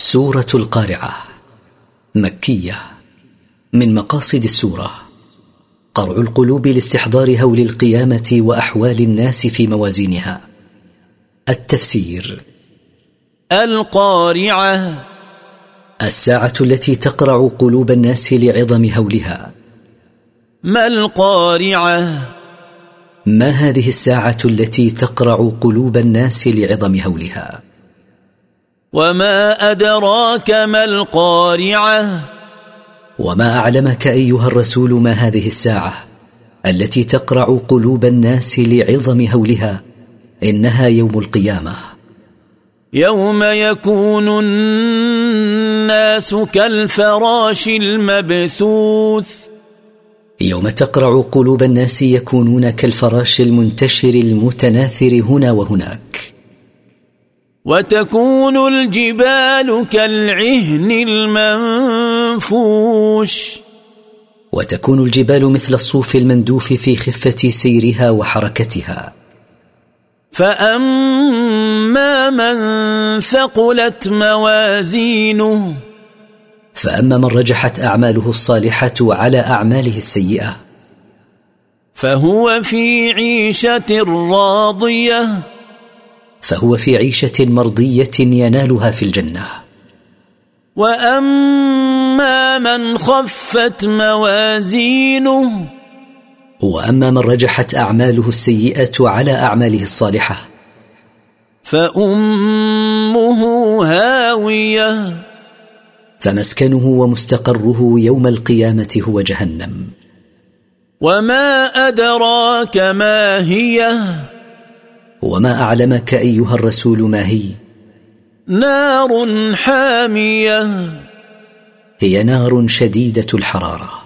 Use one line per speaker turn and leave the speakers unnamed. سورة القارعة مكية من مقاصد السورة قرع القلوب لاستحضار هول القيامة وأحوال الناس في موازينها التفسير
القارعة
الساعة التي تقرع قلوب الناس لعظم هولها
ما القارعة
ما هذه الساعة التي تقرع قلوب الناس لعظم هولها
وما أدراك ما القارعة
وما أعلمك أيها الرسول ما هذه الساعة التي تقرع قلوب الناس لعظم هولها إنها يوم القيامة
يوم يكون الناس كالفراش المبثوث
يوم تقرع قلوب الناس يكونون كالفراش المنتشر المتناثر هنا وهناك
وتكون الجبال كالعهن المنفوش
وتكون الجبال مثل الصوف المندوف في خفة سيرها وحركتها
فأما من ثقلت موازينه
فأما من رجحت أعماله الصالحة على أعماله السيئة
فهو في عيشة راضية
فهو في عيشة مرضية ينالها في الجنة
وأما من خفت موازينه
وأما من رجحت أعماله السيئة على أعماله الصالحة
فأمه هاوية
فمسكنه ومستقره يوم القيامة هو جهنم
وما أدراك ما هي
وما أعلمك أيها الرسول ما هي
نار حامية
هي نار شديدة الحرارة